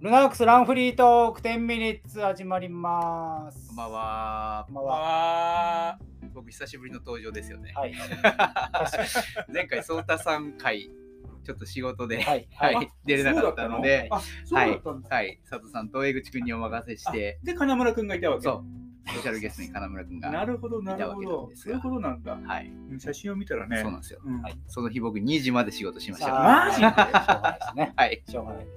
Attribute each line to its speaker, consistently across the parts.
Speaker 1: ルナックスランフリートーク10ミニッツ始まります。
Speaker 2: こんばん。は
Speaker 1: こんばんは。
Speaker 3: わ
Speaker 2: 僕久しぶりの登場ですよね。
Speaker 1: はい。
Speaker 2: 前回ソータさん会ちょっと仕事で、
Speaker 1: はい。
Speaker 2: はい
Speaker 3: あ
Speaker 2: 出れなかったので、
Speaker 3: あ、そうだったんだ。
Speaker 2: はい佐藤さんと江口くんにお任せして、
Speaker 3: で、金村くんがいたわけ。
Speaker 2: そうスペシャルゲストに金村くんが、
Speaker 3: なるほど、なるほ
Speaker 2: いたわけな
Speaker 3: ど
Speaker 2: ん。です
Speaker 3: そう
Speaker 2: が
Speaker 3: いうことなんだ。
Speaker 2: はい、
Speaker 3: うん写真を見たら
Speaker 2: そう
Speaker 3: ね
Speaker 2: な。んですよ。
Speaker 3: うん
Speaker 1: はい
Speaker 2: その日僕2時まで仕事しました。
Speaker 1: さあ
Speaker 3: マジ
Speaker 1: しょうがないですね。
Speaker 2: はい、
Speaker 1: しょうがないで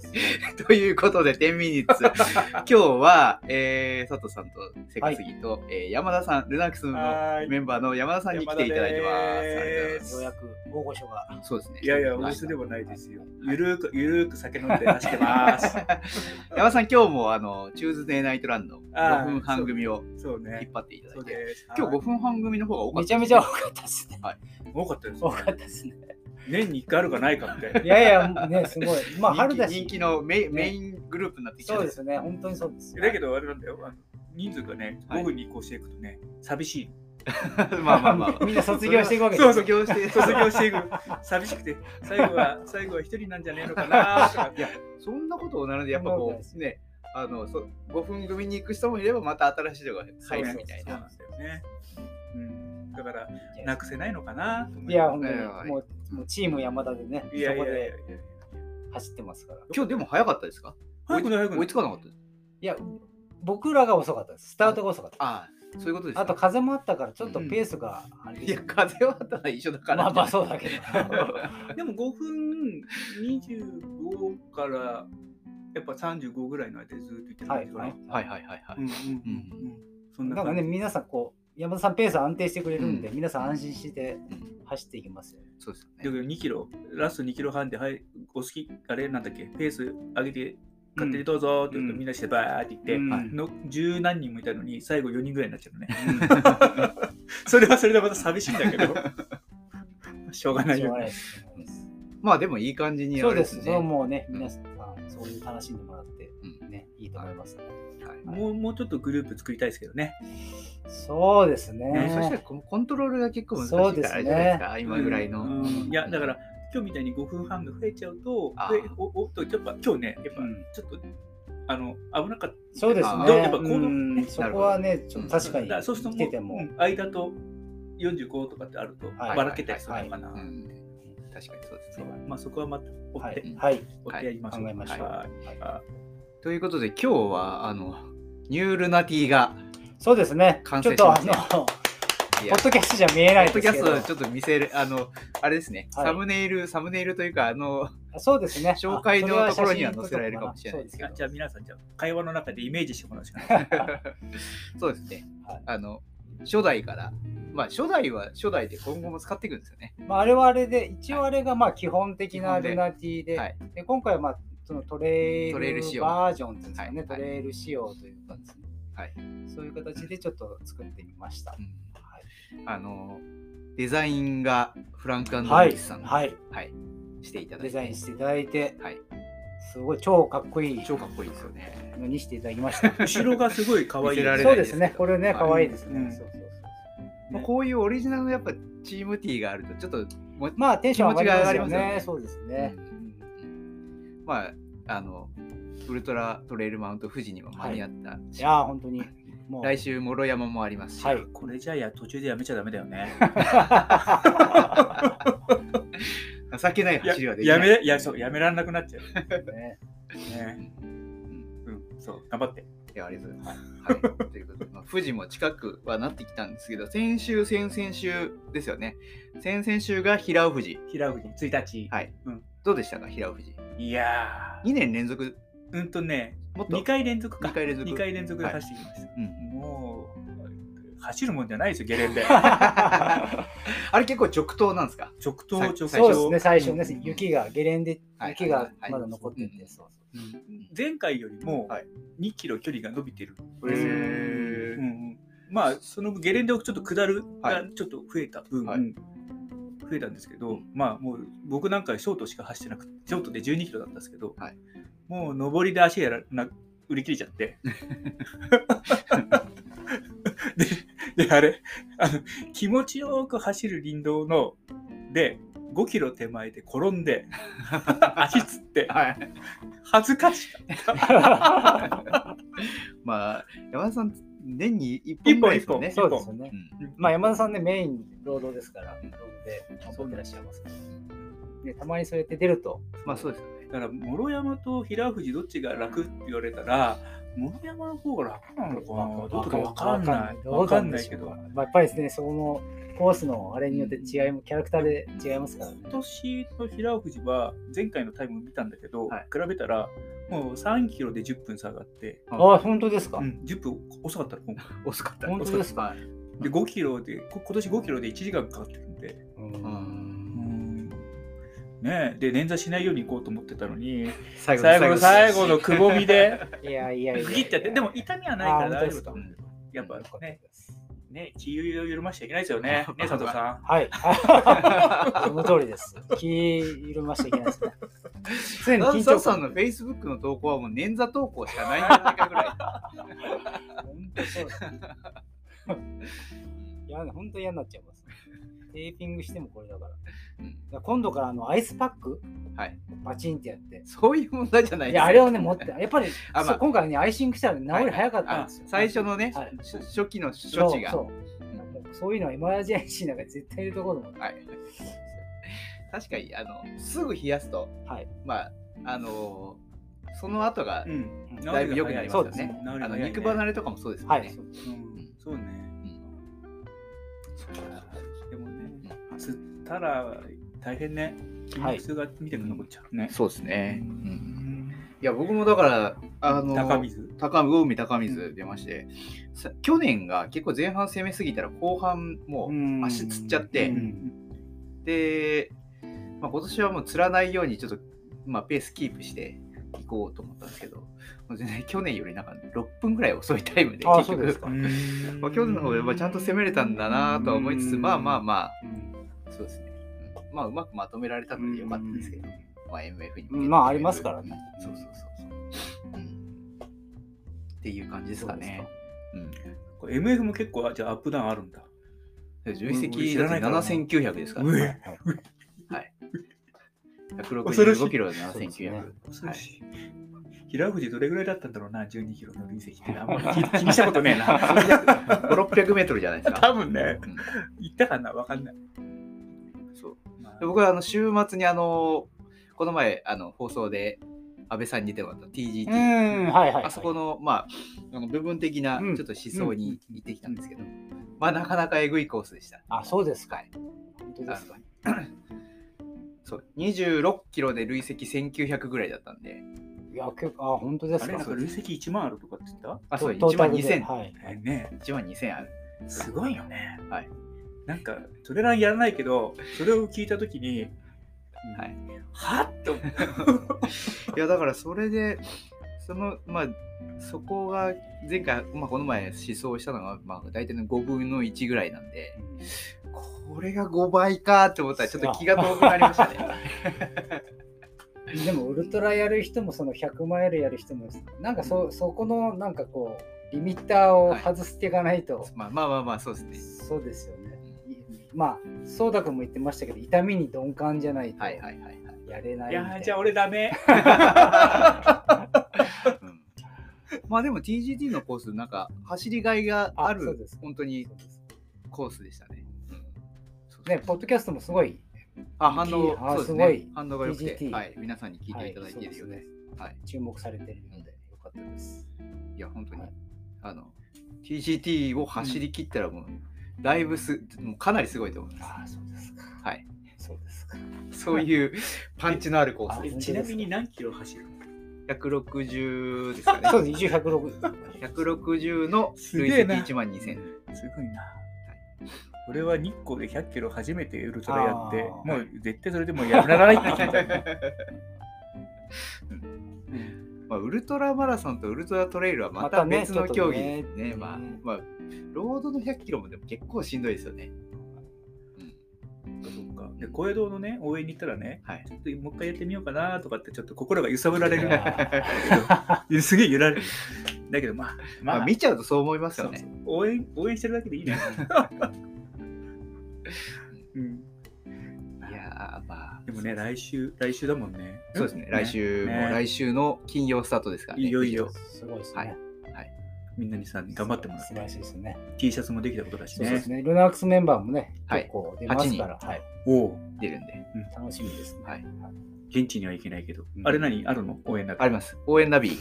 Speaker 1: す。
Speaker 2: ということで10ミニ ッツ今日は、えー、佐藤さんとセカスギと、えー山田さんルナックスの
Speaker 3: はーい
Speaker 2: メンバーの山田さんに来ていただいてます。
Speaker 3: 山田
Speaker 2: ありがとうござい
Speaker 3: で
Speaker 2: ます
Speaker 1: ようやく大御所が。
Speaker 2: すそうですね。
Speaker 3: いやいや、お
Speaker 2: は
Speaker 3: 店ではないですよ。ゆるーく、ゆるーく酒飲んで走ってます。
Speaker 2: 山田さん、今日もあの、チューズデーナイトランド
Speaker 3: あ
Speaker 2: 5
Speaker 3: ー
Speaker 2: 分半組を
Speaker 3: そう
Speaker 2: 引
Speaker 3: ね
Speaker 2: っ。張っていただ
Speaker 3: そ
Speaker 2: いうて、
Speaker 3: です。
Speaker 2: 今日5分半組の方が多かっ
Speaker 1: めち
Speaker 2: た
Speaker 1: ゃ
Speaker 2: で
Speaker 1: め
Speaker 2: す
Speaker 1: ち
Speaker 2: ね、
Speaker 1: ゃ多かったですね。
Speaker 3: 多かったです
Speaker 1: 多。かったですね。
Speaker 3: 年に1回あるかないかみたいな。
Speaker 1: いやいや、ね、すごい。まあ、春
Speaker 2: 人
Speaker 1: だ
Speaker 2: 気
Speaker 1: し
Speaker 2: 人。気のメイ,、
Speaker 1: ね
Speaker 2: メイングループになってきちゃ
Speaker 1: そううですね。本当にそうです。
Speaker 3: だけど、あれなんだよ。あの人数がね、
Speaker 2: はい
Speaker 3: 5分に移行していくとね、寂しい。
Speaker 2: まあまあまあ。
Speaker 1: みんな卒業していくわけ
Speaker 3: そう
Speaker 2: 卒業して、
Speaker 3: 卒業していく。寂しくて、最後は、最後は一人なんじゃねえのかなとか。
Speaker 2: いや、そんなことをなので、やっぱ
Speaker 1: そんなこと
Speaker 2: こ
Speaker 1: ないです
Speaker 2: う、ね、あのそ5分組に行く人もいれば、また新しい人が入るみたい
Speaker 3: そう
Speaker 2: な。
Speaker 3: なんだよね。うん。だから、なくせないのかなと思
Speaker 1: いや、
Speaker 3: ま
Speaker 1: 本当に
Speaker 2: いやいや
Speaker 1: もう、もうチーム山田でね、そこ
Speaker 3: すいやいやいやい
Speaker 1: で
Speaker 3: や。
Speaker 1: 走ってますから。
Speaker 2: 今日でも早かったですか
Speaker 3: 早くない早く
Speaker 2: 追
Speaker 3: ない
Speaker 2: つかなかったです
Speaker 1: いや、僕らが遅かったです。スタートが遅かった。
Speaker 2: ああ、そういうことですか
Speaker 1: あと、風もあったから、ちょっとペースがあれで
Speaker 2: い
Speaker 1: し
Speaker 2: や
Speaker 1: た、
Speaker 2: 風はただ一緒だから。
Speaker 1: まあまあそうだけど。
Speaker 3: い。でも5分25からやっぱ35ぐらいの間でずっと言ってる
Speaker 1: は
Speaker 3: 感
Speaker 1: い
Speaker 3: じかな。
Speaker 1: はい。
Speaker 2: はいはいはいはい。
Speaker 3: うんうん
Speaker 2: う
Speaker 3: うん。そんな
Speaker 1: なんか
Speaker 3: 感じ
Speaker 1: ね、。皆さんこう、山田さんペース安定してくれるんで、
Speaker 2: う
Speaker 1: 皆さん安心して
Speaker 2: うん
Speaker 1: 走っていきますよ。
Speaker 2: そうですよね
Speaker 3: だけど2キロ、ラスト2キロ半で、はい、お好き、あれなんだっけ、ペース上げて、勝手にどうぞって言うと、
Speaker 1: うん
Speaker 3: みんなしてバーって言って、
Speaker 1: うん
Speaker 2: はい
Speaker 3: の十何人もいたのに、最後4人ぐらいになっちゃうのね。 それはそれでまた寂しいんだけど、しょうがない
Speaker 1: しょう
Speaker 3: よ
Speaker 1: がない
Speaker 3: ね。
Speaker 1: です。
Speaker 2: まあでもいい感じにや
Speaker 1: そう
Speaker 2: る
Speaker 1: です。それはもうね、
Speaker 2: うん
Speaker 1: 皆さん、そういう楽しんでもらって
Speaker 2: うん
Speaker 1: ね、いいと思いますね。
Speaker 2: はい
Speaker 3: もうもうちょっとグループ作りたいですけどね。
Speaker 1: そうです
Speaker 2: ねそしたら
Speaker 1: ね。
Speaker 2: こコントロールが結構難しい
Speaker 1: そう
Speaker 2: か
Speaker 1: で
Speaker 2: ら
Speaker 1: す
Speaker 2: あ
Speaker 1: ね
Speaker 2: れじゃないですか、今ぐらいの。、
Speaker 3: うんいやだからら今日みたいに5分半が増えちゃうと
Speaker 2: あ、ー
Speaker 3: でおおっとやっぱ今日ね、やっぱ
Speaker 1: うん
Speaker 3: ちょっと、あの危なかっ
Speaker 1: そうです
Speaker 2: あ
Speaker 1: ね。
Speaker 2: どう
Speaker 3: やっぱこの
Speaker 1: うんそこはね、ちょっと
Speaker 3: た。
Speaker 1: 確かに
Speaker 3: だらそうする
Speaker 1: 見
Speaker 3: と
Speaker 1: て
Speaker 3: も
Speaker 1: て
Speaker 3: う
Speaker 1: も
Speaker 3: う。ん間と45とかってあると
Speaker 1: はい
Speaker 3: ばらけたりするのかな。
Speaker 2: うん確かにそうです
Speaker 3: そう
Speaker 2: ね。
Speaker 3: まあそこはまた追
Speaker 1: は
Speaker 3: って
Speaker 1: い。はい。
Speaker 3: 追ってやりましょう。
Speaker 1: 考えましょう
Speaker 3: はい
Speaker 2: ということで今日はあのニュールナティが
Speaker 1: そうですね。ちょ
Speaker 2: 完
Speaker 1: っ
Speaker 2: 成し
Speaker 1: と
Speaker 2: ま
Speaker 1: あ
Speaker 2: し
Speaker 1: の、
Speaker 2: た
Speaker 1: ポ
Speaker 2: いや
Speaker 1: ッドキャストじゃ見え
Speaker 2: ポ
Speaker 1: ない
Speaker 2: ッ
Speaker 1: で
Speaker 2: ド
Speaker 1: す
Speaker 2: キャ
Speaker 1: け
Speaker 2: ス
Speaker 1: ど
Speaker 2: ト、ちょっと見せるあのあれですね、
Speaker 1: はい
Speaker 2: サムネイルサムネイルというか あの
Speaker 1: そうですね。
Speaker 2: 紹介の
Speaker 1: あそれ
Speaker 2: ところには載せられるかもしれないです
Speaker 1: 写
Speaker 3: あ
Speaker 1: 真
Speaker 3: じゃあ皆さんじゃあ会話の中でイメージしてもらうしかない。
Speaker 2: そうですね、
Speaker 1: はい
Speaker 2: あの初代からまあ初代は初代で今後も使っていくんですよね。
Speaker 1: そうですけどまあ、あれはあれで、一応あれがまあ基本的な
Speaker 2: はい
Speaker 1: ルナティで、
Speaker 2: はい
Speaker 1: で今回はまあそのトレイ
Speaker 2: トレイル仕
Speaker 1: ル
Speaker 2: 様
Speaker 1: バージョンっていうんですかね、
Speaker 2: はい
Speaker 1: トレイル仕様というかですね、
Speaker 2: はい
Speaker 1: そういう形でちょっと作ってみました。は
Speaker 2: あのデザインがフランク・アン
Speaker 1: い、
Speaker 2: ド・リ
Speaker 1: はい
Speaker 2: スさん、
Speaker 1: はい、
Speaker 2: はい、していただ
Speaker 1: デ
Speaker 2: いて、
Speaker 1: ザインしていただいて、
Speaker 2: はい、
Speaker 1: すごい超かっこいい
Speaker 2: 超かっこいいですよね。
Speaker 1: のにしていただきま した。
Speaker 3: 後ろがすごい可愛
Speaker 2: 見
Speaker 3: い
Speaker 2: せ。られな
Speaker 1: そ
Speaker 2: いうで
Speaker 1: です
Speaker 2: けど
Speaker 1: すね、これね、
Speaker 2: はい
Speaker 1: かわいいですね。
Speaker 3: うん
Speaker 1: そうそうそう
Speaker 2: まあこういうオリジナルのやっぱチームティーがあるとちょっともう
Speaker 1: まあテンション上がりますよ
Speaker 2: 気持ちが上がりますよね
Speaker 1: ね。そうですね。
Speaker 2: うんまああのウルトラトレイルマウント富士にも間に合った
Speaker 1: い
Speaker 2: し、
Speaker 1: やー、本当に。もう
Speaker 2: 来週諸山もありますし、
Speaker 1: はい。
Speaker 3: これじゃあいや途中でやめちゃダメだよね。
Speaker 2: 情けない
Speaker 3: いや
Speaker 2: 走りはできない
Speaker 3: やめいやそうやめられなくなっちゃう。
Speaker 1: ね
Speaker 3: ね。うんそう頑張って。
Speaker 2: いやありがとうございます。はい、ということで、まあ、富士も近くはなってきたんですけど、先週、先々週ですよね。先々週が平尾富士。
Speaker 3: 平藤1日。
Speaker 2: はい。
Speaker 3: うん
Speaker 2: どうでしたか、平尾富士。
Speaker 3: い、や
Speaker 2: 2年連続、
Speaker 3: ーうんとね
Speaker 2: もっと
Speaker 3: 2回連続か
Speaker 2: 二回連続
Speaker 3: 二連続で走ってきました、
Speaker 2: うん、
Speaker 3: もう走るもんじゃないですよゲレンデ
Speaker 2: あれ結構直投なんですか
Speaker 3: 直投
Speaker 2: さ
Speaker 3: 直投
Speaker 1: そうですね、最初
Speaker 2: う
Speaker 1: ね
Speaker 2: ん、
Speaker 1: 雪が、ゲレンデ
Speaker 2: はい、
Speaker 1: 雪が
Speaker 2: はい
Speaker 1: まだ残ってて、
Speaker 2: うん
Speaker 1: そうそう
Speaker 3: 前回よりも
Speaker 2: はい
Speaker 3: 2キロ距離が伸びてる、
Speaker 1: へ
Speaker 3: うんうんまあその分ゲレンデをちょっと下る
Speaker 2: は
Speaker 3: が
Speaker 2: い
Speaker 3: ちょっと増えた分、
Speaker 2: はい
Speaker 3: 増えたんですけど、まあもう僕なんかショートしか走ってなくてショートで1 2キロだったんですけど、
Speaker 2: はい
Speaker 3: もう上りで足やらな売り切れちゃって でであれあの気持ちよく走る林道ので5キロ手前で転ん で足つって
Speaker 2: はい。
Speaker 3: 恥ずかしい
Speaker 2: まあ、山田さん、年に1本ぐらいですもんね。
Speaker 3: 一
Speaker 1: そ
Speaker 3: 本
Speaker 1: うですよね。
Speaker 2: うん
Speaker 1: まあ山田さんね、メイン労働ですから、労働で残ってらっしゃいますから、ね。たまにそうやって出ると、
Speaker 2: まあ、そうですよね。
Speaker 3: だから諸山と平藤どっちが楽って言われたら諸山の方が楽なのかなどうかわかんない
Speaker 1: わ
Speaker 3: わ
Speaker 1: か
Speaker 3: か
Speaker 1: ん
Speaker 3: ん
Speaker 1: な
Speaker 3: ないいけ
Speaker 1: けど。
Speaker 3: ど
Speaker 1: まあやっぱりですね、そのコースのあれによって違いも、キャラクターで違いますからね。
Speaker 3: 今年の平藤は前回のタイム見たんだけど、
Speaker 2: はい
Speaker 3: 比べたらもう3キロで10分下がって、
Speaker 1: ああ、本当ですか
Speaker 3: う。ん、10分遅かったの今回
Speaker 2: 遅かった。
Speaker 1: 本当ですか
Speaker 2: はい
Speaker 3: で5キロでこ今年5キロで1時間かかってるんで
Speaker 1: うん
Speaker 3: ねえで捻挫しないように行こうと思ってたのに
Speaker 2: 最
Speaker 3: 最後の最後のくぼみで
Speaker 1: いやいやいやいや。
Speaker 3: 区切っちゃってでも痛みはないから
Speaker 1: あ本当
Speaker 3: 大
Speaker 1: で
Speaker 3: 丈夫
Speaker 1: すか
Speaker 3: と思うけどやっぱ
Speaker 1: よかた
Speaker 3: ね
Speaker 1: です
Speaker 3: ね気を緩ましちゃいけないですよ ねね佐藤さん
Speaker 1: はい。 その通りです。気緩ましていけないですね。常に
Speaker 2: ダン
Speaker 1: 緊
Speaker 2: サー
Speaker 1: 張
Speaker 2: さんの
Speaker 1: 感。
Speaker 2: フェイスブックの投稿はもう捻挫投稿しかないんじゃないかぐらい。
Speaker 1: 本当そうですね。いや、本当嫌になっちゃいます。テーピングしてもこれだから。
Speaker 2: うん
Speaker 1: いや今度からあのアイスパック、
Speaker 2: はい、
Speaker 1: バチンってやって。
Speaker 2: そういう問題じゃない
Speaker 1: い
Speaker 2: です
Speaker 1: や、あれをね、持って、やっぱり、
Speaker 2: あま
Speaker 1: そ
Speaker 2: あ
Speaker 1: う今回ね、アイシングしたら治り早かったんですよ。
Speaker 2: 最初のね、
Speaker 1: はい
Speaker 2: し初期の処置が。
Speaker 1: そうそうもうそういうのはエマージェンシーなんか絶対いるところだもん。
Speaker 2: はい、確かにあの、すぐ冷やすと、
Speaker 1: はい
Speaker 2: まあ、あのーその後が、
Speaker 3: うん
Speaker 1: うん
Speaker 2: だいぶ良くなりますよ
Speaker 1: そうです
Speaker 2: ね
Speaker 1: ね。
Speaker 2: あの肉離
Speaker 3: れ、
Speaker 2: れとかもそうですよね。
Speaker 1: はい。
Speaker 3: うん、そうね、でもね
Speaker 2: う
Speaker 3: 吸ったら大変ね筋
Speaker 1: はい
Speaker 3: 肉痛が見てくるのこっちゃうね、
Speaker 2: そうですね
Speaker 1: う
Speaker 2: いや、僕もだから、あのー
Speaker 3: 高水
Speaker 2: 高魚見高水出まして、さ去年が結構前半攻めすぎたら後半もう、
Speaker 1: ん
Speaker 2: 足つっちゃって
Speaker 1: うん
Speaker 2: で、まあ、今年はもう釣らないようにちょっと、まあ、ペースキープしていこうと思ったんですけどもう全然去年よりなんか6分ぐらい遅いタイムで
Speaker 1: あ
Speaker 2: 結
Speaker 1: そうです
Speaker 2: 局
Speaker 1: か
Speaker 2: まあ、去年の方がやっぱちゃんと攻めれたんだなとは思いつつまあまあま
Speaker 1: うん
Speaker 2: あそうですねうんまあうまくまとめられたのでよかったんですけど、まあ、MF に向けて
Speaker 1: まあありますからね
Speaker 2: そうそうそうそう、うんっていう感じですかねうん
Speaker 3: これ MF も結構じゃあアップダウンあるんだ
Speaker 2: 累積
Speaker 3: 知らないからな
Speaker 2: 7900ですから、
Speaker 3: う
Speaker 2: ね、
Speaker 3: え
Speaker 1: はい
Speaker 3: 恐ろし
Speaker 2: 165
Speaker 3: い
Speaker 2: キロで
Speaker 1: そうです
Speaker 2: 7900、
Speaker 1: ね
Speaker 3: 恐ろしい平藤どれぐらいだったんだろうな12キロの累積ってあんまり気気にしたことねえな
Speaker 2: 5600メートルじゃないですか。
Speaker 3: 多分ね
Speaker 2: うん
Speaker 3: 行ったかなわかんない、
Speaker 2: そう
Speaker 3: まあ
Speaker 2: で僕はあの週末にあのこの前あの放送で安倍さんに出てもらった TGT、
Speaker 1: うん、はいはい。
Speaker 2: あそこの,、まあ、あの部分的なち
Speaker 1: う
Speaker 2: ょ
Speaker 1: ん
Speaker 2: っと思想に行ってきたんですけど、まあ、なかなかえぐいコースでした。
Speaker 1: あ、そうですか。本当ですか。
Speaker 2: そう26キロで累積1900ぐらいだったんで、
Speaker 1: いや、結構、あ、本当で
Speaker 3: あ
Speaker 1: す
Speaker 3: れ
Speaker 1: か
Speaker 3: なん。か累積1万あるとかって言った
Speaker 2: あそう
Speaker 1: ト
Speaker 2: 1
Speaker 1: ータ
Speaker 2: 万
Speaker 1: ルで
Speaker 2: 2000、
Speaker 1: はい。
Speaker 3: えね
Speaker 2: 1万2000ある。
Speaker 3: すごいよね。
Speaker 2: はい。
Speaker 3: なんか、トレランやらないけど、それを聞いたときに、
Speaker 2: はい、
Speaker 3: はっと思う。
Speaker 2: いやだからそれでそのまあそこが前回、まあ、この前思想したのが、まあ、大体の5分の1ぐらいなんでこれが5倍かって思ったらちょっと気が遠くなりました ね。
Speaker 1: でも、ウルトラやる人も、その100マイルやる人も、なんかそ、そこの、なんかこう、リミッターを外していかないと、
Speaker 2: まあまあまあまあそうですね。
Speaker 1: そうですよね。まあ、そうだくんも言ってましたけど、痛みに鈍感じゃないと
Speaker 2: はい
Speaker 1: や
Speaker 2: はいはいはい。
Speaker 1: れない
Speaker 3: い
Speaker 1: みたいな。
Speaker 3: やー、じゃあ俺ダメ。
Speaker 2: うんまあでも TGT のコースなんか走りがいが
Speaker 1: あ
Speaker 2: あ
Speaker 1: そう
Speaker 2: る
Speaker 1: です
Speaker 2: 本当に
Speaker 1: そうです
Speaker 2: コースでしたね。そうそう
Speaker 1: ね、ポッドキャストもすごい、
Speaker 2: あ反応
Speaker 1: あ
Speaker 2: そうです
Speaker 1: すご
Speaker 2: ね
Speaker 1: い
Speaker 2: 反応が良くて、
Speaker 1: TGT
Speaker 2: はい、皆さんに聞いていただいてい
Speaker 1: は
Speaker 2: る
Speaker 1: そ
Speaker 2: よ
Speaker 1: う
Speaker 2: う
Speaker 1: で
Speaker 2: です
Speaker 1: ね。
Speaker 2: はい、
Speaker 1: 注目されてるので、よかったです。
Speaker 2: いや、本当に、
Speaker 1: はい
Speaker 2: あの、TGT を走り切ったらもう、だいぶす、もうかなりすごいと思いま
Speaker 1: ああ、そうですか。
Speaker 2: はい。
Speaker 1: そうですか。
Speaker 2: す。そういうパンチのあるコー
Speaker 1: 本当
Speaker 3: え
Speaker 1: ですか
Speaker 3: ちなみに何キロ走るの
Speaker 2: ス、160ですかね。
Speaker 1: そうです、一応106。
Speaker 2: 160の
Speaker 3: す
Speaker 2: 累
Speaker 3: げえ
Speaker 2: 積
Speaker 3: な
Speaker 2: 1万2000。
Speaker 3: すごいな。俺は日光で100キロ初めてウルトラやって、
Speaker 1: あー
Speaker 3: もう絶対それでもうやめられないって聞いたよ。
Speaker 2: まあ、ウルトラマラソンとウルトラトレイルはま
Speaker 1: ま
Speaker 2: た
Speaker 1: たね
Speaker 2: 別の競技で
Speaker 1: ちょ
Speaker 2: すね。
Speaker 1: っとね
Speaker 2: まあ
Speaker 1: うん、
Speaker 2: まあ、ロードの100キロもでも結構しんどいですよね。
Speaker 3: そっかで小江戸のね、応援に行ったらね、
Speaker 2: はい。
Speaker 3: ちょっともう一回やってみようかなとかって、ちょっと心が揺さぶられるんだ
Speaker 1: あ
Speaker 3: けど。 すげえ揺られる。だけど、まあ、
Speaker 2: まあ、見ちゃうとそう思います
Speaker 3: そ
Speaker 2: よ
Speaker 3: うそ
Speaker 2: ね
Speaker 3: う。応援応援し てるだけでいいね。うん、
Speaker 2: いやー、
Speaker 3: でもね、来週、来週だもんね。
Speaker 2: そうですね、来週、
Speaker 3: ね
Speaker 2: もう来週の金曜スタートですからね。
Speaker 3: いよいよ
Speaker 1: すごいですね。
Speaker 2: はい
Speaker 3: みんなにさ、頑張ってもらっ
Speaker 1: 素晴ら
Speaker 3: て。
Speaker 1: しいですね。
Speaker 3: T シャツもできたことだし
Speaker 1: そうで
Speaker 3: ね
Speaker 1: す。ね。ルナークスメンバーもね、
Speaker 2: はい
Speaker 1: 結構出ますから、はい。
Speaker 3: おおう、
Speaker 2: 出るんで。
Speaker 1: 楽しみ ですね。
Speaker 2: はい
Speaker 3: 現地には行けないけど。
Speaker 1: うん
Speaker 3: あれ何あるの応援だ
Speaker 2: あります。応援ナビ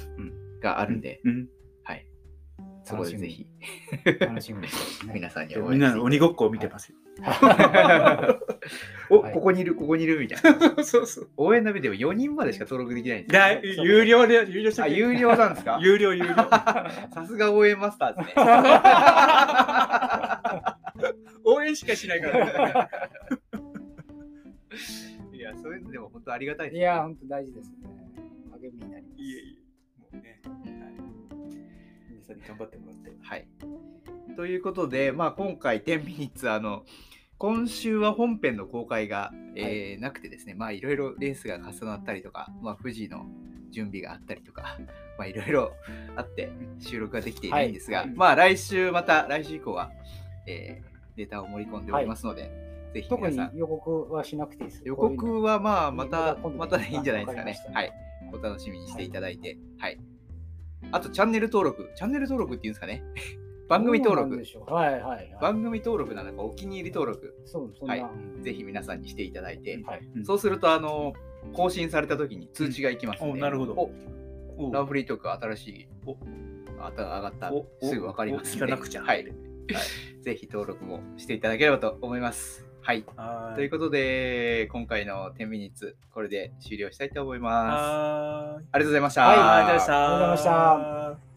Speaker 2: があ
Speaker 3: あ
Speaker 2: るんで、。
Speaker 3: うん。
Speaker 2: はい。そこでぜひ、
Speaker 1: 楽しみですね。
Speaker 2: 皆さんに
Speaker 3: うん
Speaker 2: 応
Speaker 3: み
Speaker 2: 援
Speaker 3: んな
Speaker 2: し
Speaker 3: の
Speaker 2: て
Speaker 3: 鬼ごっこを見てますよ。
Speaker 2: お、
Speaker 1: はい
Speaker 2: ここにいる、ここにいるみたいな。
Speaker 3: そうそう。
Speaker 2: 応援ナビでも4人までしか登録できないんですよ
Speaker 3: だい有料で、有料し
Speaker 2: あ、
Speaker 3: てる
Speaker 2: 有料なんですか
Speaker 3: 有料、有料。
Speaker 2: さすが応援マスターです ね。
Speaker 3: 応援しかしないから。
Speaker 2: いや、そういうのでも本当ありがたい
Speaker 1: い
Speaker 2: です。
Speaker 1: や、本当大事ですね。励みになります。
Speaker 3: いえいえ。もうね。はい皆さんに頑張ってもらって。
Speaker 2: はい。ということで、まあ、今回、10ミニッツ、あの、今週は本編の公開が、えーなくてですね、まあ、いろいろレースが重なったりとか、まあ、富士の準備があったりとか、まあ、いろいろあって、収録ができていないんですが、
Speaker 3: はい
Speaker 2: まあ、来週、また来週以降は、えーデータを盛り込んでおりますので、ぜひ
Speaker 1: 特
Speaker 2: 皆
Speaker 1: に
Speaker 2: さん、
Speaker 1: 予告はしなくていいです。
Speaker 2: 予告はまあ、また、
Speaker 1: こういうの
Speaker 2: またでいいんじゃないですか
Speaker 1: わりま
Speaker 2: ね
Speaker 1: した。
Speaker 2: はい。お楽しみにしていただいて、はい。あと、チャンネル登録。チャンネル登録っていうんですかね。 番組登
Speaker 1: どうなん
Speaker 2: 録
Speaker 1: で。しょうはいはいはい。
Speaker 2: 番組登録なのか、お気に入り登録、
Speaker 1: そう、そんな。
Speaker 2: はい
Speaker 1: は
Speaker 2: ぜひ皆さんにしていただいて、
Speaker 1: い。
Speaker 3: うん
Speaker 2: そうすると、あの、更新された時に通知がいきますの
Speaker 3: うん
Speaker 2: で、
Speaker 3: おなるほど
Speaker 2: お
Speaker 3: おう
Speaker 2: ランフリートーク新しい、
Speaker 3: お
Speaker 2: あた上がった
Speaker 3: お、お
Speaker 2: すぐ分かりますので
Speaker 3: お聞かなくちゃ
Speaker 2: はい。ぜひ登録もしていただければと思います。はい。
Speaker 3: は
Speaker 2: ということで、今回の10ミニッツ、これで終了したいと思います。
Speaker 3: はーい。
Speaker 2: ありがとうございました。
Speaker 1: はい
Speaker 3: ありがとうございました。。
Speaker 1: ありがとうございました